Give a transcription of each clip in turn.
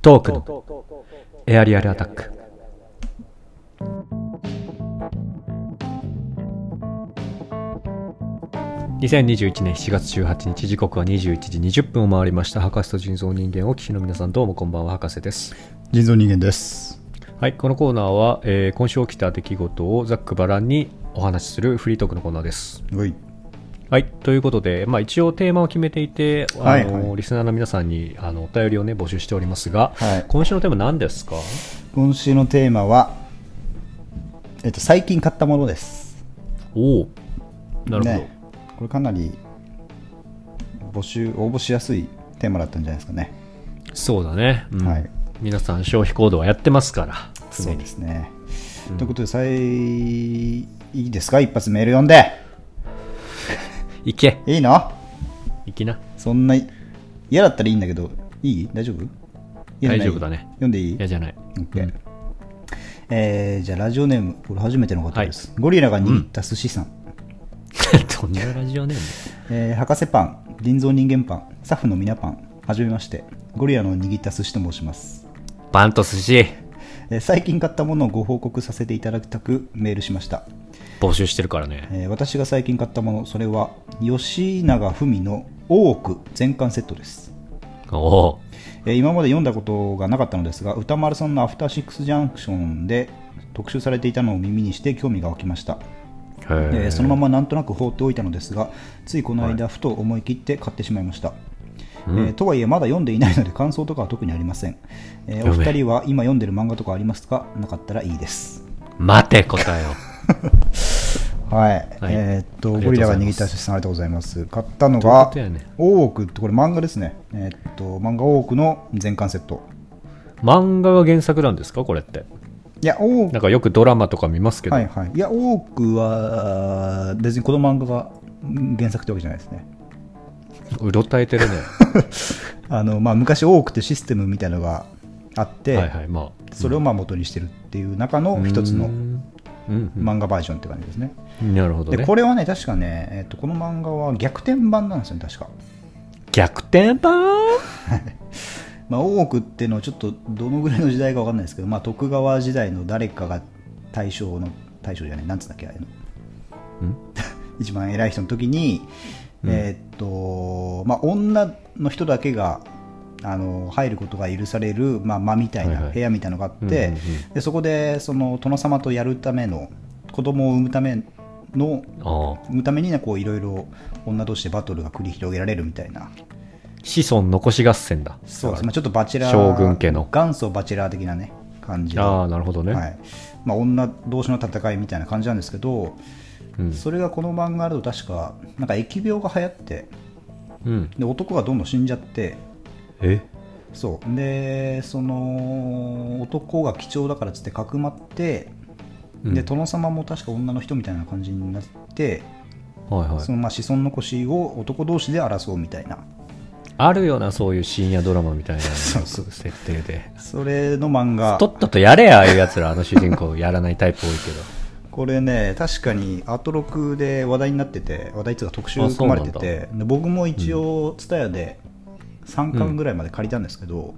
トークのエアリアルアタック2021年7月18日時刻は21時20分を回りました博士と人造人間をお聞きの皆さんどうもこんばんは博士です人造人間です。はいこのコーナーは、えー今週起きた出来事をざっくばらんにお話しするフリートークのコーナーですはい。はいということで、まあ、一応テーマを決めていてあの、はいはいリスナーの皆さんにあのお便りをね募集しておりますが、はい今週のテーマ何ですか今週のテーマは、えっと、最近買ったものです。おおなるほど、ねこれかなり募集、応募しやすいテーマだったんじゃないですかね。そうだね、うんはい皆さん消費行動はやってますからそ常うにですね。ということで、さい、いいですか一発メール読んで。行けいいの行きなそんな、嫌だったらいいんだけど、いい大丈夫嫌大じゃない丈夫だね読んでいい嫌じゃない OK えーじゃあラジオネーム、これ初めての方です。ゴリラが握った寿司さんどんなラジオネーえー博士パン、人造人間パン、スタッフの皆パン、はじめまして、ゴリラの握った寿司と申します。ムパンと寿司えー最近買ったものをご報告させていただきたくメールしました。募集してるからねえー私が最近買ったもの、それは、吉永文の大奥全巻セットです。おおえー今まで読んだことがなかったのですが歌丸さんの「アフターシックス・ジャンクション」で特集されていたのを耳にして興味が湧きました、へえーーそのままなんとなく放っておいたのですがついこの間、ふと思い切って買ってしまいました、えーとはいえまだ読んでいないので感想とかは特にありません、えーお読め二人は今読んでる漫画とかありますかなかったらいいです待て答えを はい、はいえーっとありがとうございますゴリラが握った寿司さんありがとうございます買ったのどういうがことやね大奥ってこれ漫画ですねえーっと漫画大奥の全巻セット漫画が原作なんですかこれっていや大奥なんかよくドラマとか見ますけど、はいはい、いや、多くは、別にこの漫画がうん原作ってわけじゃないですね。うろたえて るねあのまあ、昔、多くってシステムみたいなのがあって、はいはいまあそれをまあ元にしてるっていう中の一つうのんうん漫画バージョンって感じですね。うんなるほどで、ねこれはね、確かね、えっとこの漫画は逆転版なんですよね、確か。逆転版まあ、多くっていうのはちょっとどのぐらいの時代かわかんないですけど、まあ、徳川時代の誰かが大将の、大将じゃない、なんつうんだっけ、あれの。 一番偉い人の時に、えーっとまあ、女の人だけがあの入ることが許される、まあ、間みたいはいはない部屋みたいなのがあって、うんうんでそこでその殿様とやるための子供を産むためのああ産むためにねこういろいろ女同士でバトルが繰り広げられるみたいな子孫残し合戦だそうです、まあ、ちょっとバチェラー将軍家の元祖バチェラー的な、ね、感じでああなるほどね、はいまあ、女同士の戦いみたいな感じなんですけど、それがこの漫画だと確かなんか疫病が流行ってうんで男がどんどん死んじゃってえそうでその男が貴重だからっつってかくまって、で殿様も確か女の人みたいな感じになって、はいはいそのまあ子孫残しを男同士で争うみたいなあるよな、そういう深夜ドラマみたいな そうそう設定で。それの漫画とっととやれや、ああいうやつら、あの主人公やらないタイプ多いけど。これね確かにアトロクで話題になってて話題っていうか特集あそう組なまんれだててで僕も一応 TSUTAYA で3巻ぐらいまで借りたんですけど、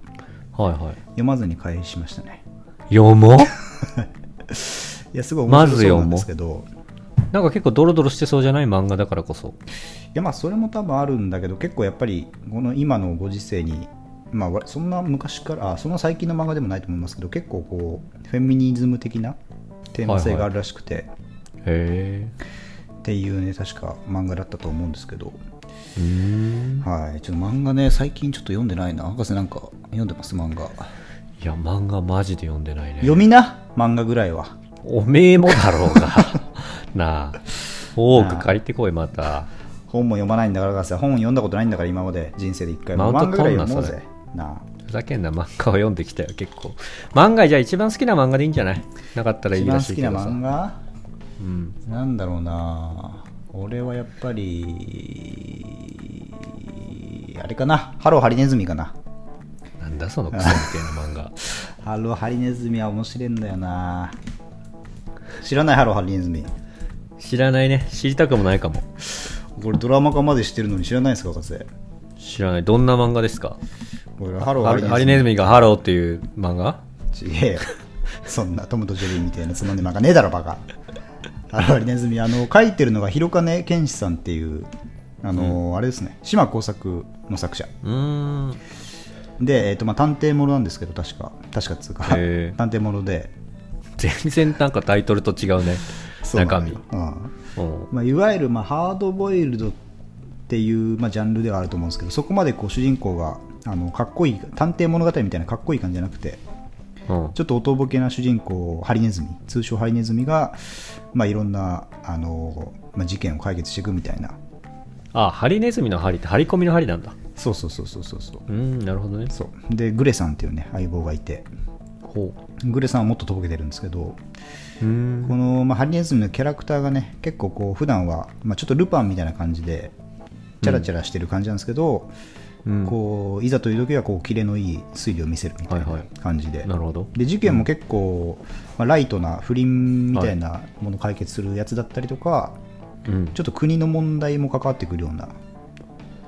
はいはい。読まずに返しましたね読もういやすごい面白そうなんまでずすけど、なんか結構ドロドロしてそうじゃない漫画だからこそ。いやまあそれも多分あるんだけど結構やっぱりこの今のご時世に、まあわ、そんな昔からあそんな最近の漫画でもないと思いますけど結構こうフェミニズム的なテーマ性があるらしくて、へっていうね確か漫画だったと思うんですけど、え。うーん。はいちょっと漫画ね最近ちょっと読んでないな博士なんか読んでます漫画いや、漫画マジで読んでないね。読みな漫画ぐらいはおめえもだろう が。なあ。多く借りてこい、また。本も読まないんだから博士本読んだことないんだから今まで人生で一回もマウ漫ント画ぐら取いんな読もうぜなあふざけんな、漫画を読んできたよ、結構。漫画、じゃあ一番好きな漫画でいいんじゃないなかったらい一いら番し好いきけなどさ漫。画うん。なんだろうな俺はやっぱりあれかなハローハリネズミかななんだ、そのクソみたいな漫画。 ハローハリネズミは面白いんだよな知らないハローハリネズミ知らないね。知りたくもないかも。これドラマ化までしてるのに知らないですか博士知らないどんな漫画ですかここれハローアリアリネズミがハローっていう漫画ちげえよそんなトムとジェリーみたいなつまんでまかねえだろバカあのアリネズミあの書いてるのが広金健志さんっていうあの、あれですね島耕作の作者うーん。で、えーとまあ、探偵ものなんですけど確か確かっつうかへえ 探偵もので全然なんかタイトルと違うね。そうな中のよ身。ううんんまあ、いわゆるまあハードボイルドっていうまあジャンルではあると思うんですけどそこまでこう主人公があのかっこいい探偵物語みたいなかっこいい感じじゃなくてうんちょっとおとぼけな主人公ハリネズミ通称ハリネズミが、まあ、いろんなあの、まあ、事件を解決していくみたいなあ、ハリネズミのハリって張り込みのハリなんだ。そうそうそうそうそうそううーん、なるほどね。そうでグレさんっていうね相棒がいてほグレさんはもっととぼけてるんですけどう。うーん。この、まあ、ハリネズミのキャラクターがね結構こう普段は、まあ、ちょっとルパンみたいな感じでチャラチャラしてる感じなんですけど、うんこういざという時はこうキレのいい推理を見せるみたいはいなはい感じで,、なるほど。で事件も結構、まあ、ライトな不倫みたいなものを解決するやつだったりとか、うん。ちょっと国の問題も関わってくるような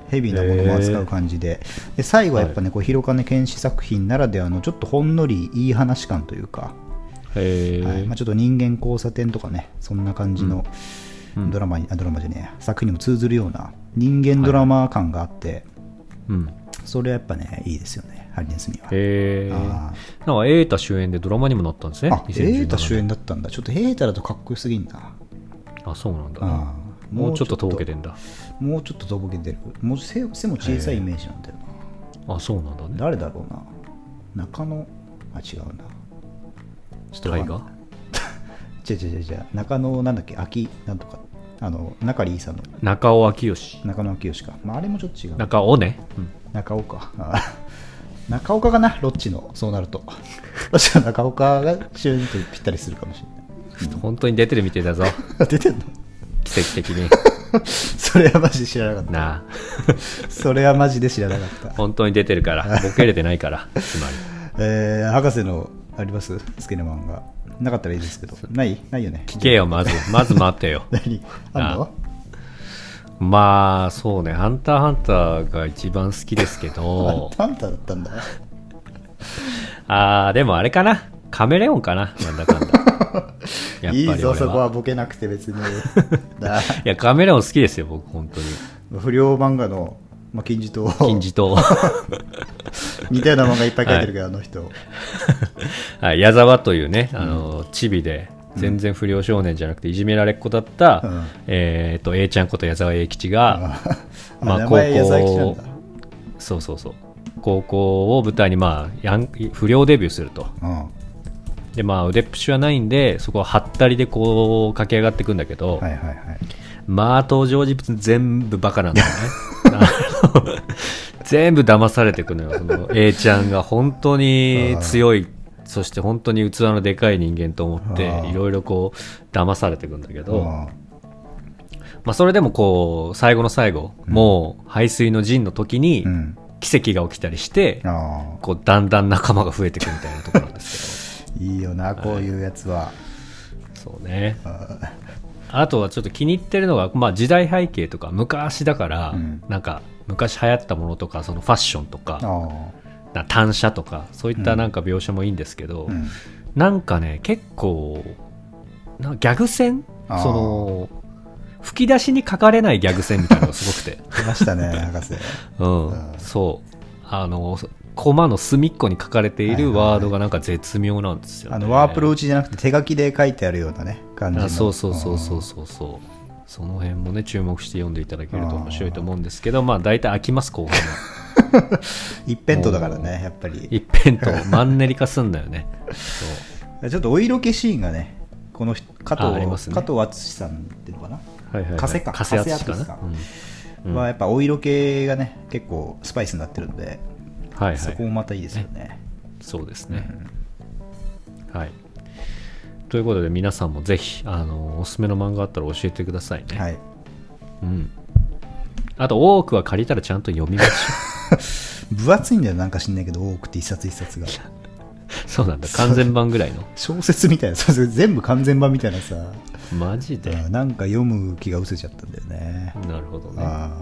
ヘビーなものも扱う感じで,、で最後はやっぱね、こう広金健志作品ならではのちょっとほんのりいい話感というか、へえ、はいまあ、ちょっと人間交差点とかねそんな感じのうんドラマに、あドラマじゃねえや作品にも通ずるような人間ドラマ感があって、うん。それはやっぱねいいですよねハリネズミは。へえ。あなんか、エータ主演でドラマにもなったんですね。ーあエ2017ータ主演だったんだちょっとエータだとかっこよすぎんなあ、そうなんだ。あーもうちょっととぼけてんだ。もうちょっととぼけてるもう背背も小さいイメージなんだよなあ、そうなんだね。誰だろうな中野あ違うなちょっとわ大かん河ない違う違う違う中野なんだっけ秋なんとかあの中里さんの中尾明義。中野清か、まあ、あれもちょっと違うな中尾ね。うん中岡あ ー中岡かなロッチのそうなると ロッチの中岡が主演とぴったりするかもし本当に出てるみてえ だぞ。れない出てんの奇跡的に。それはマジで知らなかっなたそれはマジで知らなかっあ。本当に出てる から。ボケれてないから。つまり。た えー、博士のあります好きな漫画なかったらいいですけどないないよね聞けよ、まず。まず待ってよ。 何あんのまあ、そうね。ハンターハンターが一番好きですけど。パンタだったんだあー、でもあれかな。カメレオンかな。なんだ かんだ。やっぱいりい俺ぞは。そこはボケなくて 別にだいや、カメレオン好きですよ、僕、本当に。不良漫画の、まあ、金字塔金字塔。似たような漫画いっぱい書いてるけど、あの人 はい、矢沢というね、あの、チビで、全然不良少年じゃなくて、いじめられっ子だった、うんえっ、と、A ちゃんこと矢沢永吉が、まあ名前矢沢吉なんだ高そうそうそう、高校を舞台に、まあ、ヤン不良デビューすると。うんで、まあ、腕っぷしはないんで、そこははったりでこう、駆け上がっていくんだけど、はいはいはいまあ、登場人物全部バカなん だよね。あの全部騙されてくのよ。その A ちゃんが本当に強い、そして本当に器のでかい人間と思ってあ、ーいろいろこう、騙されてくんだけど、うんまあ、それでもこう、最後の最後、もう、排水の陣の時にう、ん奇跡が起きたりして、あこう、だんだん仲間が増えてくみたいなところなんですーいいよなこういうやつは、け ど、そうね。ああとはちょっと気に入ってるのが、まあ、時代背景とか昔だから、うんなんか昔流行ったものとかそのファッションとーかあな単車とかそういっうたんなんか描写もいいんですけど、ー、うん、なんかね結構なんかギャグ戦あーその吹き出しに書かれないギャグ戦みたいなのがすご くて、出ましたね博士うんうんそうあのコマの隅っこに書かれていはいはるいはいワードがなんか絶妙なんですよね、あのワープロ打ちじゃなくて手書きで書いてあるようなね感じのあそうそうそうそうそうそうその辺もね注目して読んでいただけると面白いと思うんですけどまあ大体飽きます後半はうん一辺倒だからねやっぱり一辺倒マンネリ化すんだよ ねそうちょっとお色気シーンがねこの人加ああ藤、りますね加藤敦史さんっていうのかなはいはいはい加瀬か加瀬淳か加瀬な淳かうんまあやっぱお色気がね結構スパイスになってるんで、はいはそこいもまたいいですよねそうですねはいということで皆さんもぜひあのおすすめの漫画あったら教えてくださいね、はいうんあと多くは借りたらちゃん と読みましょ分厚いんだよなんか知んないけど多くて一冊一冊がうそうなんだ完全版ぐらい の小説みたいなそうそう全部完全版みたいなさマジでなんか読む気が失せちゃったんだよねなるほどねあ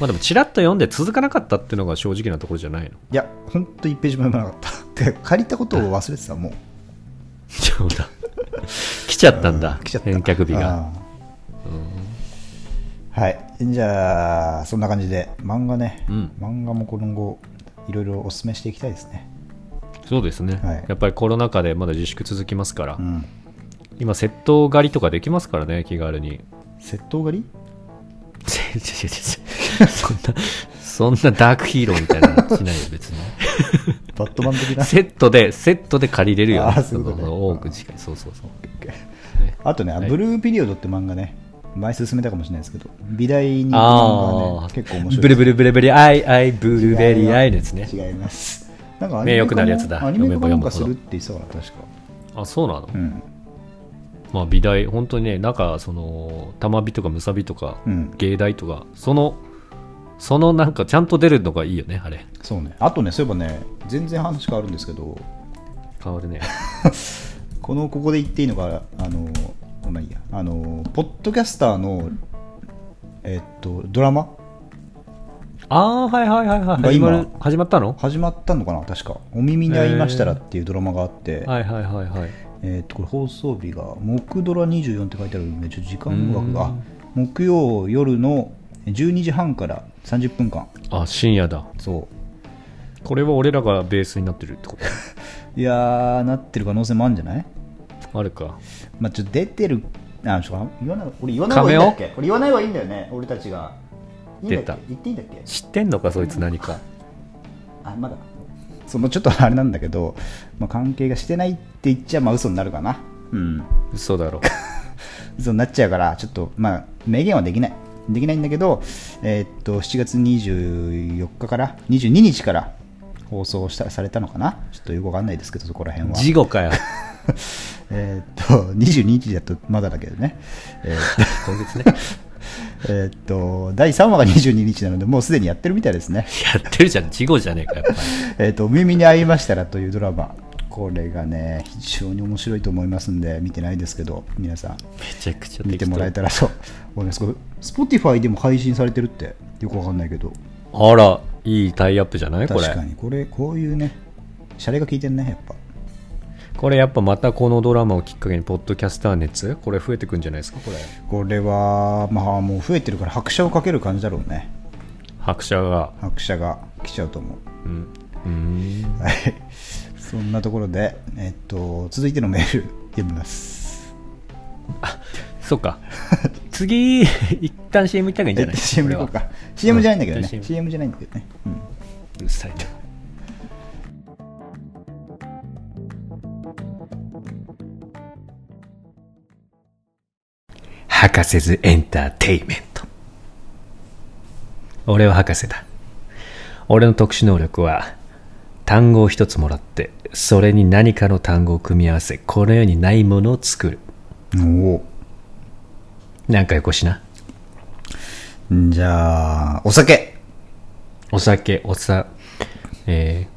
まあでもちらっと読んで続かなかったっていうのが正直なところじゃないのいいやほんと1ページも読まなかったてか借りたことを忘れてたもうやほんと 来ちゃったんだ、来ちゃった返却日があーはいじゃあそんな感じで漫画ね、うん漫画も今後いろいろおすすめしていきたいですねそうですね、はいやっぱりコロナ禍でまだ自粛続きますから、うん今窃盗狩りとかできますからね気軽に窃盗狩り違う違う違う そんなそんなダークヒーローみたいなのしないよ 別にバットマン 的なセットでセットで借りれるよ、あーそういうことねその多く近いそうそうそうあとね、はいブルーピリオドって漫画ね前進めたかもしれないですけど美大に行く漫あ画ねあ結構面白いブルブルブルブルアイアイブルーベリーアイですね違いますなんかアニねメ良く化なもるやつだアニメ読化もめばな読んむかほすどるって言ってたから確かあそうなの、うんまあ美大本当にねなんかその玉美とかむさびとか、うん芸大とかそのそのなんかちゃんと出るのがいいよねあれそうねあとねそういえばね全然話変わるんですけど変わるねこのここで言っていいのかあのまあいいやあのポッドキャスターのえっとドラマ ああーはいはいはいはいまあ始ま今る始まったの始まったのかな確か「お耳に合いましたら」っていうドラマがあって、はいはいはいはいえー、とこれ放送日が「木ドラ24」って書いてあるんでちょっと時間う枠んがあ木曜夜の12時半から30分間あ深夜だそこれは俺らがベースになってるってこ ういやーなってる可能性もあるんじゃないとあるかまあちょっと出てるあちょっと言わない俺言わない方がいいんだっけ俺言わない方がいいんだよね俺たちがいいんだっ出たけ言っていいんだっけ知ってんのかそいつ何かあまだそのちょっとあれなんだけど、まあ、関係がしてないって言っちゃまあ嘘になるかなうん嘘だろ嘘になっちゃうからちょっとまあ明言はできないできないんだけど、えーっと7月24日から22日から放送したされたのかなちょっとよくわかんないですけどそこら辺 は事後かよえーっと22日だとまだだけどねえーっ今月ねとえーっと第3話が22日なのでもうすでにやってるみたいですね やってるじゃん事後じゃねえかやっぱり えっ、と、お耳に合いましたらというドラマ。これがね、非常に面白いと思いますんで、見てないですけど、皆さん、めちゃくちゃ見適て当もらえたらと 思います。これ、Spotify でも配信されてるって、よくわかんないけど、あらいいタイアップじゃないこ確れかに、これ、こういうね、シャレが効いてんね、やっぱ。これやっぱまたこのドラマをきっかけにポッドキャスター熱これ増えてくんじゃないですかこれこれは、まあ、もう増えてるから、拍車をかける感じだろうね。拍車が拍車が来ちゃうと思う。うんうーんはい。 そんなところで、えっ、と、続いてのメール、読みます。そっか 次一旦 CM 行った方がいいんじゃない CM でいこうこれはか。CM じゃないんだけどね。うん CM じゃないんだけどね。うんうるさいな博士ズエンターテイメント俺は博士だ俺の特殊能力は単語を一つもらってそれに何かの単語を組み合わせこの世にないものを作るおなんかよこしなおじゃあお酒お酒おさえー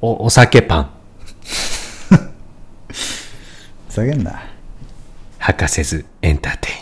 おお酒パン下げんな博士ズエンターテイ